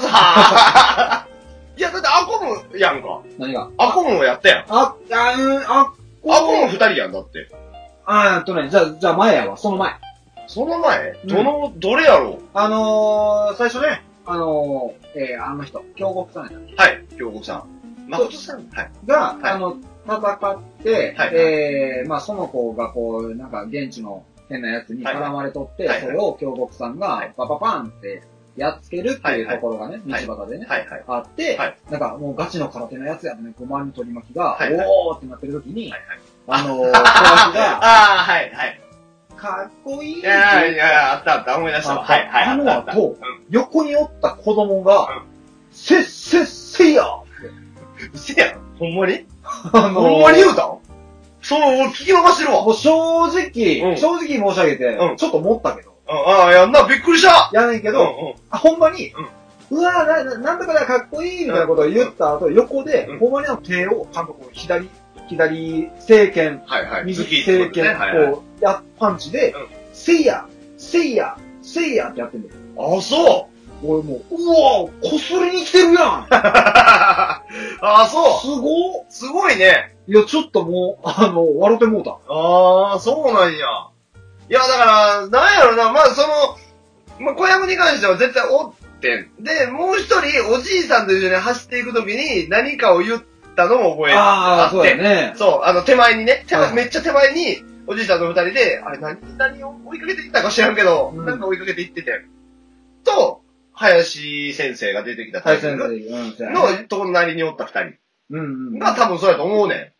Speaker 5: ズハ ーいや、だってアコムやんか。
Speaker 4: 何が
Speaker 5: アコムもやったやん。
Speaker 4: あ、あ、うん、あ、
Speaker 5: アコム
Speaker 4: こう
Speaker 5: 二人やんだって。
Speaker 4: あーっとね、じゃあ、じゃあ前やわ、その前。
Speaker 5: その前、
Speaker 4: うん
Speaker 5: どの、どれやろう
Speaker 4: あのー、最初ね、あのー、えー、あの人、京極さんや
Speaker 5: はい、京子さん。誠さんはい。
Speaker 4: が、
Speaker 5: はい
Speaker 4: あの、戦って、
Speaker 5: はい
Speaker 4: えー、まあ、その子がこう、なんか、現地の変なやつに絡まれとって、
Speaker 5: はいはい
Speaker 4: それを京極さん
Speaker 5: は
Speaker 4: が
Speaker 5: い、
Speaker 4: パパパンって、やっつけるっていうところがね、
Speaker 5: はい
Speaker 4: 道端でね、
Speaker 5: はいはい。
Speaker 4: あって、
Speaker 5: はい
Speaker 4: なんかもうガチの空手のやつやね、こう周りの取り巻きが、
Speaker 5: はいはい
Speaker 4: おーってなってる時に、
Speaker 5: はいはい
Speaker 4: あ のー、小脇
Speaker 5: あ
Speaker 4: が、
Speaker 5: あ、はいはい。
Speaker 4: かっこいいっ
Speaker 5: い
Speaker 4: て言っ
Speaker 5: やい
Speaker 4: て
Speaker 5: や、あったあった、思い出したわ。はいはい。
Speaker 4: あ
Speaker 5: あっ
Speaker 4: の
Speaker 5: たあった。
Speaker 4: 後、横におった子供
Speaker 5: う
Speaker 4: が、せっせっせいや
Speaker 5: うせやん。ほんまに
Speaker 4: あの ー
Speaker 5: ほんまに言うたんそう、俺聞き逃してるわ。
Speaker 4: もう正直、
Speaker 5: うん
Speaker 4: 正直申し上げて、
Speaker 5: うん
Speaker 4: ちょっと思ったけど、
Speaker 5: ああ、やんな、びっくりした
Speaker 4: やねんけ
Speaker 5: け
Speaker 4: ど、あほんまに、うわぁ、な、ななんとかだ、かっこいいみたいなことを言った後、横で、
Speaker 5: うん
Speaker 4: ほんまにあの手を、ちゃんとこう、左、左、政権、
Speaker 5: はいはい。
Speaker 4: 右
Speaker 5: 月
Speaker 4: 政権、
Speaker 5: はいはい
Speaker 4: こう、や、パンチで、
Speaker 5: うん
Speaker 4: せいや、せいや、せいやってやってんだよ。
Speaker 5: あ、そう
Speaker 4: 俺もう、うわぁ、こすりに来てるやんす
Speaker 5: あ、そう
Speaker 4: ごっ
Speaker 5: すごいね。
Speaker 4: いや、ちょっともう、あの、笑ってもうた。
Speaker 5: ああ、そうなんや。いや、だから、なんやろな、まあその、まあ、小籔に関しては絶対おってん。で、もう一人、おじいさんと一緒に走っていくときに何かを言ったのも覚えてる
Speaker 4: ああ、そうや
Speaker 5: って
Speaker 4: ね。
Speaker 5: そう、あの、手前にね、手
Speaker 4: は
Speaker 5: 前、
Speaker 4: い
Speaker 5: めっちゃ手前に、おじいちゃんと二人で、あれ何、何を追いかけていったか知らんけど、
Speaker 4: うん
Speaker 5: なんか追いかけていってて。と、林先生が出てきた
Speaker 4: 対
Speaker 5: 大
Speaker 4: 戦
Speaker 5: 戦
Speaker 4: で
Speaker 5: の、
Speaker 4: うん、そうやね。
Speaker 5: 隣におった二
Speaker 4: うんうん
Speaker 5: 人。が多分そうやと思うねん。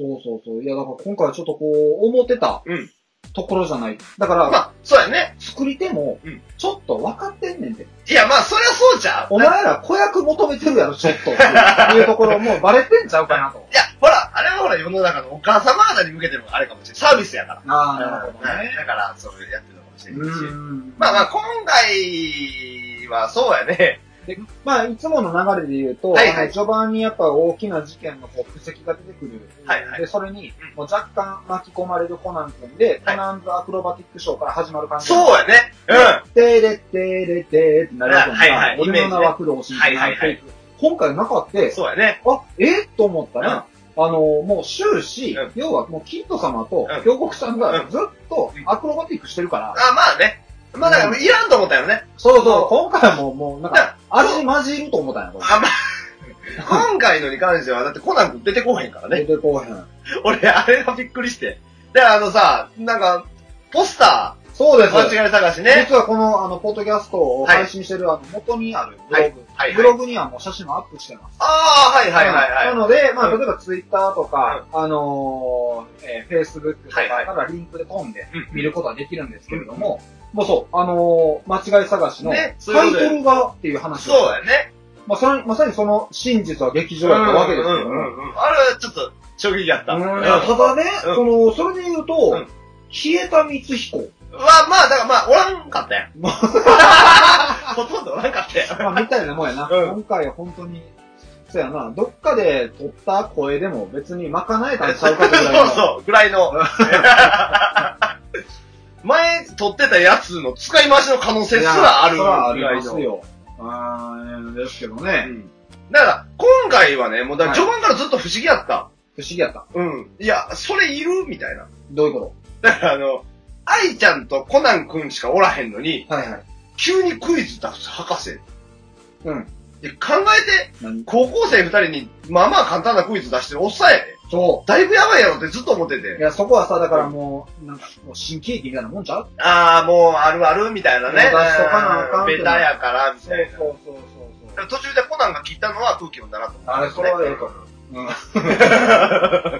Speaker 4: そうそうそう。いや、だから今回はちょっとこう、思ってた
Speaker 5: うん
Speaker 4: ところじゃない。だから、
Speaker 5: まあ、そうやね。
Speaker 4: 作り手も
Speaker 5: うん、
Speaker 4: ちょっと分かってんねんて。
Speaker 5: いや、まあ、そりゃそうじゃん。
Speaker 4: お前ら子役求めてるやろ、ちょっ と。っていうところもうバレてんちゃうかなと。
Speaker 5: いや、ほら、あれはほら世の中のお母様方に向けてのあれかもしれない。サービスやから。
Speaker 4: ああ、なるほど
Speaker 5: はい
Speaker 4: ね。
Speaker 5: だから、そうやってるのかもしれないし。
Speaker 4: うん。
Speaker 5: まあまあ、今回はそうやね。
Speaker 4: でまあ、いつもの流れで言うと、
Speaker 5: はいはい
Speaker 4: あの序盤にやっぱ大きな事件のこう、布石が出てくる。
Speaker 5: はいはい
Speaker 4: で、それに
Speaker 5: う、ん
Speaker 4: もう若干巻き込まれるコナン君で、
Speaker 5: はい
Speaker 4: コナンズアクロバティックショーから始まる感じ。
Speaker 5: そうやね。うん。
Speaker 4: てれてれてってなるわけ
Speaker 5: はいはい
Speaker 4: 俺の名は工藤新一にな
Speaker 5: は
Speaker 4: っ
Speaker 5: いはい
Speaker 4: て
Speaker 5: はい
Speaker 4: く。今回なかって、
Speaker 5: そうやね。
Speaker 4: あ、えーと思ったら、あの、もう終始
Speaker 5: うん、
Speaker 4: 要はもうキッド様と
Speaker 5: うん
Speaker 4: 京極さんが
Speaker 5: うん
Speaker 4: ずっとアクロバティックしてるから、
Speaker 5: あ、まあね。まあだから、いらんと思ったよね。
Speaker 4: そうそう、今回ももうなん
Speaker 5: だ
Speaker 4: か、あれに混じると思ったんや、こ
Speaker 5: あ、まあ、今回のに関しては、だってコナン君出てこうへんから
Speaker 4: れ。
Speaker 5: ね。
Speaker 4: 出てこうへん。
Speaker 5: 俺、あれがびっくりして。だからあのさ、なんか、ポスター、
Speaker 4: そうです。
Speaker 5: 間違い探しね。
Speaker 4: 実はこの、あの、ポッドキャストを配信してる、あの、元にあるブログ、
Speaker 5: はいはい
Speaker 4: ブログにはもう写真をアップしてます。
Speaker 5: ああ、はいはいはいはい。
Speaker 4: なので、まあ、
Speaker 5: うん
Speaker 4: 例えばツイッターとか、あのー、えー、Facebook とか
Speaker 5: はいはい
Speaker 4: からリンクで飛んで
Speaker 5: うん
Speaker 4: 見ることはできるんですけれども、もうそう、あのー、間違い探しのタ
Speaker 5: ね
Speaker 4: イ
Speaker 5: そういうことで
Speaker 4: トルがっていう話を
Speaker 5: そうだよね。
Speaker 4: まあ、それまさにその真実は劇場やったわけですけども、
Speaker 5: うんうんうんうんあれはちょっと衝撃やった。
Speaker 4: うん
Speaker 5: うん
Speaker 4: いやただね、
Speaker 5: うん
Speaker 4: その、それで言うと、
Speaker 5: うん
Speaker 4: 消えた光 彦。
Speaker 5: は、まあ、だからまあ、おらんかったやん。 ほとんどおらんかったやん。
Speaker 4: まあ、みたいなもんやな。
Speaker 5: うん
Speaker 4: 今回は本当に、そうやな、どっかで撮った声でも別に賄えたんちゃうかってぐらいの
Speaker 5: そうそう、ぐらいの。前撮ってたやつの使い回しの可能性すらある
Speaker 4: いやそ
Speaker 5: ぐ
Speaker 4: らあ
Speaker 5: らい
Speaker 4: ります
Speaker 5: の。
Speaker 4: よ。あーですけどね、
Speaker 5: だから、今回はね、もうだから序盤からずっと不思議やった。
Speaker 4: 不思議やった。
Speaker 5: うん。いや、それいるみたいな。
Speaker 4: どういうこ
Speaker 5: だからあの、愛ちゃんとコナンくんしかおらへんのに、
Speaker 4: とはいはい。
Speaker 5: 急にクイズ出す博士。
Speaker 4: うん。
Speaker 5: いや考えて、
Speaker 4: 何
Speaker 5: 高校生二人に、まあまあ簡単なクイズ出してるおっさんやで。
Speaker 4: そ
Speaker 5: だいぶやばいやろってずっと思って
Speaker 4: う。い
Speaker 5: て。
Speaker 4: や、そこはさ、だからもう、なんか、もう新喜劇みたいなもんちゃう
Speaker 5: ああ、もうあるあるみたいなね。
Speaker 4: 出しとかなあかんって
Speaker 5: ベタやから、みたいな。
Speaker 4: そうそうそう
Speaker 5: だから途中でコナンが聞いたのは空気読んだなと 思った
Speaker 4: あ
Speaker 5: ん
Speaker 4: れ、
Speaker 5: です
Speaker 4: そ
Speaker 5: ね。
Speaker 4: れはええと思う。う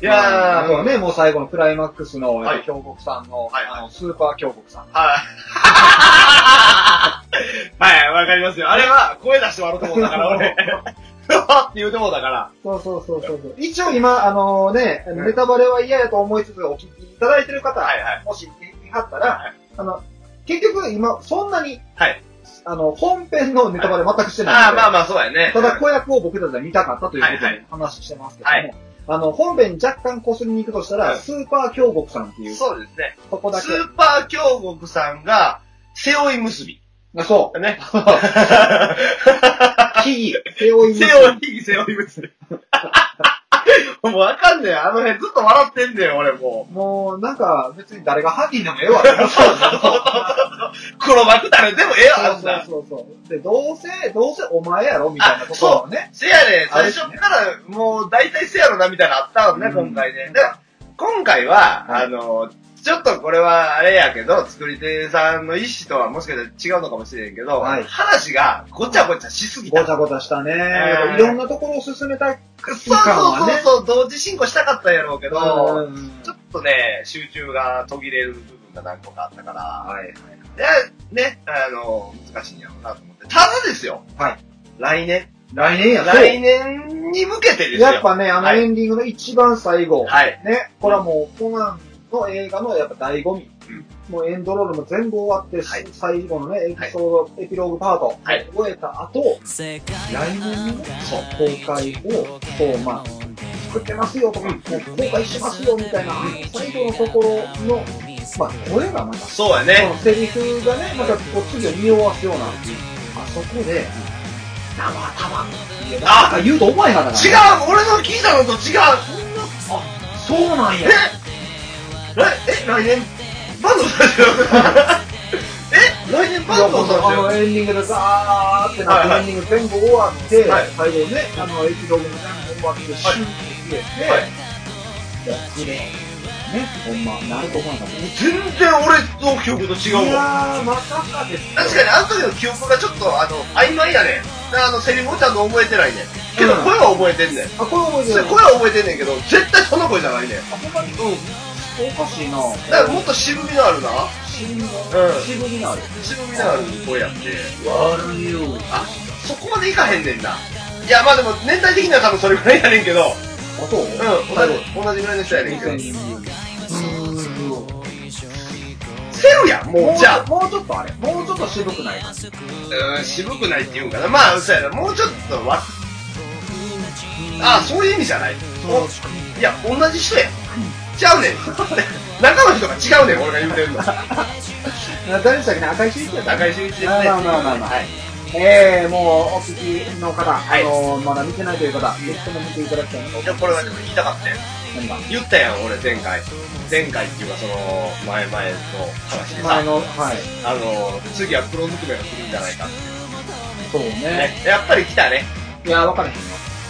Speaker 4: ん。
Speaker 5: いやー、
Speaker 4: そうね、もう最後のクライマックスの、
Speaker 5: はい
Speaker 4: 京極さんの、
Speaker 5: はいはい
Speaker 4: あの、スーパー京極さん。
Speaker 5: はい。はい、わかりますよ。あれは声出して笑うと思ったから、俺。ふわって言うてもうだから。
Speaker 4: そうそうそうそうそう。一応今、あのね、
Speaker 5: ん
Speaker 4: ネタバレは嫌やと思いつつお聞きいただいてる方、
Speaker 5: はいはい
Speaker 4: もしいはったら、
Speaker 5: は
Speaker 4: あの、結局今、そんなに、
Speaker 5: はい
Speaker 4: あの、本編のネタバレ全くして
Speaker 5: あ
Speaker 4: ない
Speaker 5: あ、
Speaker 4: ので、
Speaker 5: まあまあ、そうやね。
Speaker 4: ただ子役を僕たちは見たかったということ
Speaker 5: はい
Speaker 4: で
Speaker 5: は
Speaker 4: 話してますけども、
Speaker 5: は
Speaker 4: あの、本編に若干擦りに行くとしたら、
Speaker 5: はい
Speaker 4: スーパー京極さんっていう、そ
Speaker 5: そうですね。
Speaker 4: こだけ
Speaker 5: ス。ーパー京極さんが、背負い結び。
Speaker 4: あそ
Speaker 5: ね。
Speaker 4: う。木々、背負
Speaker 5: 背負い、
Speaker 4: い結び
Speaker 5: 背負い結び。もうわかんねえ。あの辺ずっと笑ってんだよ、俺も
Speaker 4: もう、なんか、別に誰が犯人でもええわ。
Speaker 5: う。 そうそうそうそう。黒幕だね。でもええわ、あんな。
Speaker 4: そうそうそうそう。で、どうせ、どうせお前やろみたいなことをね。
Speaker 5: せやね、
Speaker 4: あ
Speaker 5: 最
Speaker 4: れ
Speaker 5: 初からもう大体せやろなみたいなのあったもんね、
Speaker 4: うん
Speaker 5: 今回ね。で、今回は、
Speaker 4: はい
Speaker 5: あの、ちょっとこれはあれやけど、作り手さんの意思とはもしかしたら違うのかもしれんけど、
Speaker 4: はい
Speaker 5: 話がごちゃごちゃしすぎ
Speaker 4: ご
Speaker 5: た。
Speaker 4: ちゃごちゃしたね。
Speaker 5: ー
Speaker 4: いろんなところを進めたい
Speaker 5: そう
Speaker 4: い感は
Speaker 5: そう
Speaker 4: ね
Speaker 5: そうそう、同時進行したかったんやろうけ
Speaker 4: け
Speaker 5: ど、
Speaker 4: ど、
Speaker 5: ちょっとね、集中が途切れる部分が何個かあったから、
Speaker 4: はいはい。
Speaker 5: でね、あの、難しいんやろうなと思って。ただですよ、
Speaker 4: はい
Speaker 5: 来年、
Speaker 4: 来年や
Speaker 5: 来年に向けてですよ。
Speaker 4: やっぱね、あの
Speaker 5: はい
Speaker 4: エンディングの一番最後。
Speaker 5: はい。
Speaker 4: ね、これはもう、コナンの映画のやっぱ醍醐味
Speaker 5: うん。
Speaker 4: もうエンドロールも全部終わって、
Speaker 5: はい
Speaker 4: 最後のね、エピソード、エピローグパート、
Speaker 5: はい
Speaker 4: 終えた後、来年の
Speaker 5: そう
Speaker 4: 公開を、こう、まあ、作ってますよとか、
Speaker 5: うん
Speaker 4: もう公開しますよみたいな、最後のところの、まあ、声がまた、
Speaker 5: そうや
Speaker 4: そ
Speaker 5: ね
Speaker 4: の。セリフがね、またこう次を匂わすような、あそこで、生玉っていうなんか言うと思えへんかったから
Speaker 5: 違う
Speaker 4: ね、
Speaker 5: 俺の聞いたのと違う
Speaker 4: そうなん
Speaker 5: え
Speaker 4: や。
Speaker 5: え、え、来年、バンドさせる え、来年バンド
Speaker 4: あ
Speaker 5: さ
Speaker 4: の
Speaker 5: せ
Speaker 4: エンディングでザーってなって、
Speaker 5: はいはい
Speaker 4: エンディング全部終わって、
Speaker 5: はい
Speaker 4: 最後ね、あの、エピローグも全部終わって、シュンって消えて、
Speaker 5: はい
Speaker 4: いや綺麗ね、ほんま、なるとこなんだけど。
Speaker 5: る全然俺の記憶と違
Speaker 4: いう
Speaker 5: わ。
Speaker 4: やー、まさかですよ。
Speaker 5: 確かにあの時の記憶がちょっとあの、曖昧やね。あの、セリフもちゃんと覚えてないね。けど
Speaker 4: うん
Speaker 5: 声は覚えてんねん。
Speaker 4: あ、これ覚えて
Speaker 5: そ
Speaker 4: る
Speaker 5: れ。声は覚えてんねんけど、絶対その声じゃないねん。
Speaker 4: あ、ほんまに、うん。おかしいな
Speaker 5: だからもっと渋みのあるな。
Speaker 4: 渋
Speaker 5: うん
Speaker 4: みのある。
Speaker 5: 渋みのある声やって。
Speaker 4: 悪いよ。
Speaker 5: あ、そこまでいかへんねんな。いや、まあでも年代的には多分それぐらいやねんけど。
Speaker 4: あ、そう
Speaker 5: うん、同じ、同じぐらいの人やねんけど。セルやんも
Speaker 4: も
Speaker 5: う
Speaker 4: う
Speaker 5: じ
Speaker 4: じ
Speaker 5: ゃ
Speaker 4: ゃ
Speaker 5: あ、
Speaker 4: もうちょっとあれ、もうちょっと渋くないか
Speaker 5: うん、渋くないって言うんかな。まあ、そうやな。もうちょっとわ、あ、そういう意味じゃない。おいや、同じ人や。ちゃうねん。中の人が違うねん、俺が言うてるの。
Speaker 4: 誰でしたっけね、赤いシーやった
Speaker 5: 中井秀一ですね。
Speaker 4: まあまあまあまあまあ
Speaker 5: はい。
Speaker 4: えー、もうお聞きの方、
Speaker 5: はい
Speaker 4: あのーまだ見てないという方、ぜひとも見ていただきたいなと
Speaker 5: いや、これはでも言いたかったよ。
Speaker 4: 何が
Speaker 5: 言ったやん、俺、前回。前回っていうか、その、前々の話で
Speaker 4: 前
Speaker 5: さ、
Speaker 4: の、はい、
Speaker 5: あの、次は黒ずくめが来るんじゃないかって。
Speaker 4: そうね。
Speaker 5: ね。やっぱり来たね。
Speaker 4: いや、わからへんよ。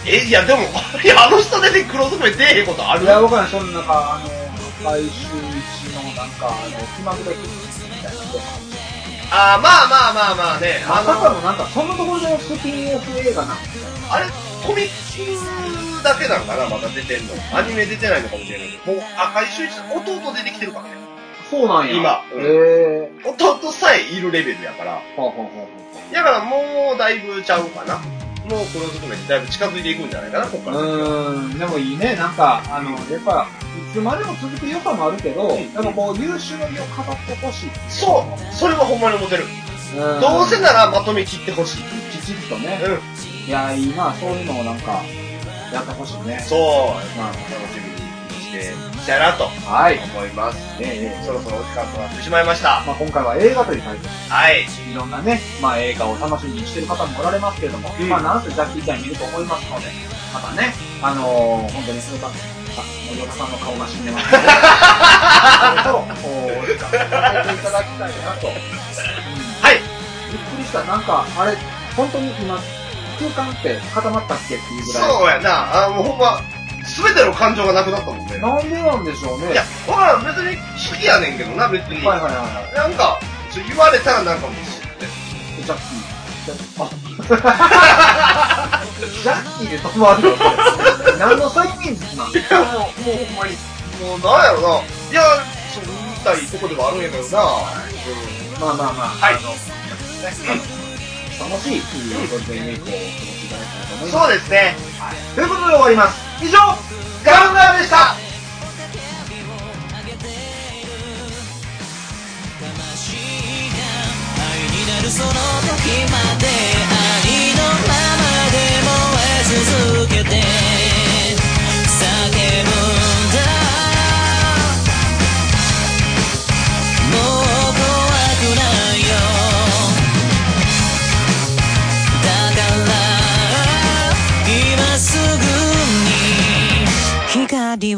Speaker 5: え、いや、でも、 いや、あの人出て黒ずくめ出えへんことある
Speaker 4: いや、わからへん。その中、あのー、来週のなんか、あの、気まぐれみたいなのとか
Speaker 5: あー、まあまあまあまあね。
Speaker 4: ま
Speaker 5: あ
Speaker 4: さ か
Speaker 5: の、
Speaker 4: のなんか、そんなところでスピンオフ映画なんて
Speaker 5: あれ、コミックだけなんかな、まだ出てんの。アニメ出てないのかもしれないけど。もう、あ、回収して、弟出てきてるからね。
Speaker 4: そうなんや。
Speaker 5: 今うん
Speaker 4: ええ
Speaker 5: 弟さえいるレベルやから。
Speaker 4: ー。はあ、はあは
Speaker 5: だからもう、だいぶちゃうかな。もう、この含めてだいぶ近づいていくんじゃないかな、こっ
Speaker 4: あ
Speaker 5: か
Speaker 4: は
Speaker 5: ら。
Speaker 4: あ、うーん、でもいいね。なんか、あの、やっぱ、いつまでも続く良さもあるけど、
Speaker 5: うん
Speaker 4: でもこう、優秀の美を飾ってほしい。
Speaker 5: そうそれはほんまに思ってる。
Speaker 4: うん
Speaker 5: どうせならまとめ切ってほしい。
Speaker 4: きちっとね。
Speaker 5: う
Speaker 4: いや、いいな、そういうのをなんか、やってほしいね
Speaker 5: ん。。そう。
Speaker 4: ま
Speaker 5: 楽しみにしていきたいなと
Speaker 4: あ、はい。え
Speaker 5: 思います。
Speaker 4: えええ
Speaker 5: そろそろお時間となってしまいました。
Speaker 4: まあ、今回は映画というタイトル
Speaker 5: はい。
Speaker 4: いろんなね、まあ映画を楽しみにしてる方もおられますけれども、
Speaker 5: うん
Speaker 4: まあなんせジャッキーちゃんいると思いますので、またね、あのー、本当にその方、あ、森岡さんの顔が死んでます ので、それと、お時間を与えていただきたいなと。うん
Speaker 5: はい。
Speaker 4: びっくりした、なんか、あれ、本当に今、空間って固まったっけっていうぐらい。
Speaker 5: そうやな。あもうほんま、すべての感情がなくなったもんね。
Speaker 4: なんでなんでしょうね。
Speaker 5: いや、わからん。別に好きやねんけどな、別に。
Speaker 4: はいはいはいは
Speaker 5: なんか、ちょ言われたらなんかもう、
Speaker 4: い。ジャッキー。ジャッキーあジャッキーで止まるのこれ何の最近術なん
Speaker 5: いやもう、もうほんまに、もうなんやろな。いや、そう、見たいとこではあるんやけどな。うん
Speaker 4: まあまあまあ、
Speaker 5: はい
Speaker 4: あの楽しいゴールデンウィークをお過ごしいただけたらと思います。
Speaker 5: そうですね。
Speaker 4: ということで終わります。以上、ガウンガーでした
Speaker 6: になるその時までありのままで燃え続けて叫ぶんだもう怖くないよだから今すぐに光を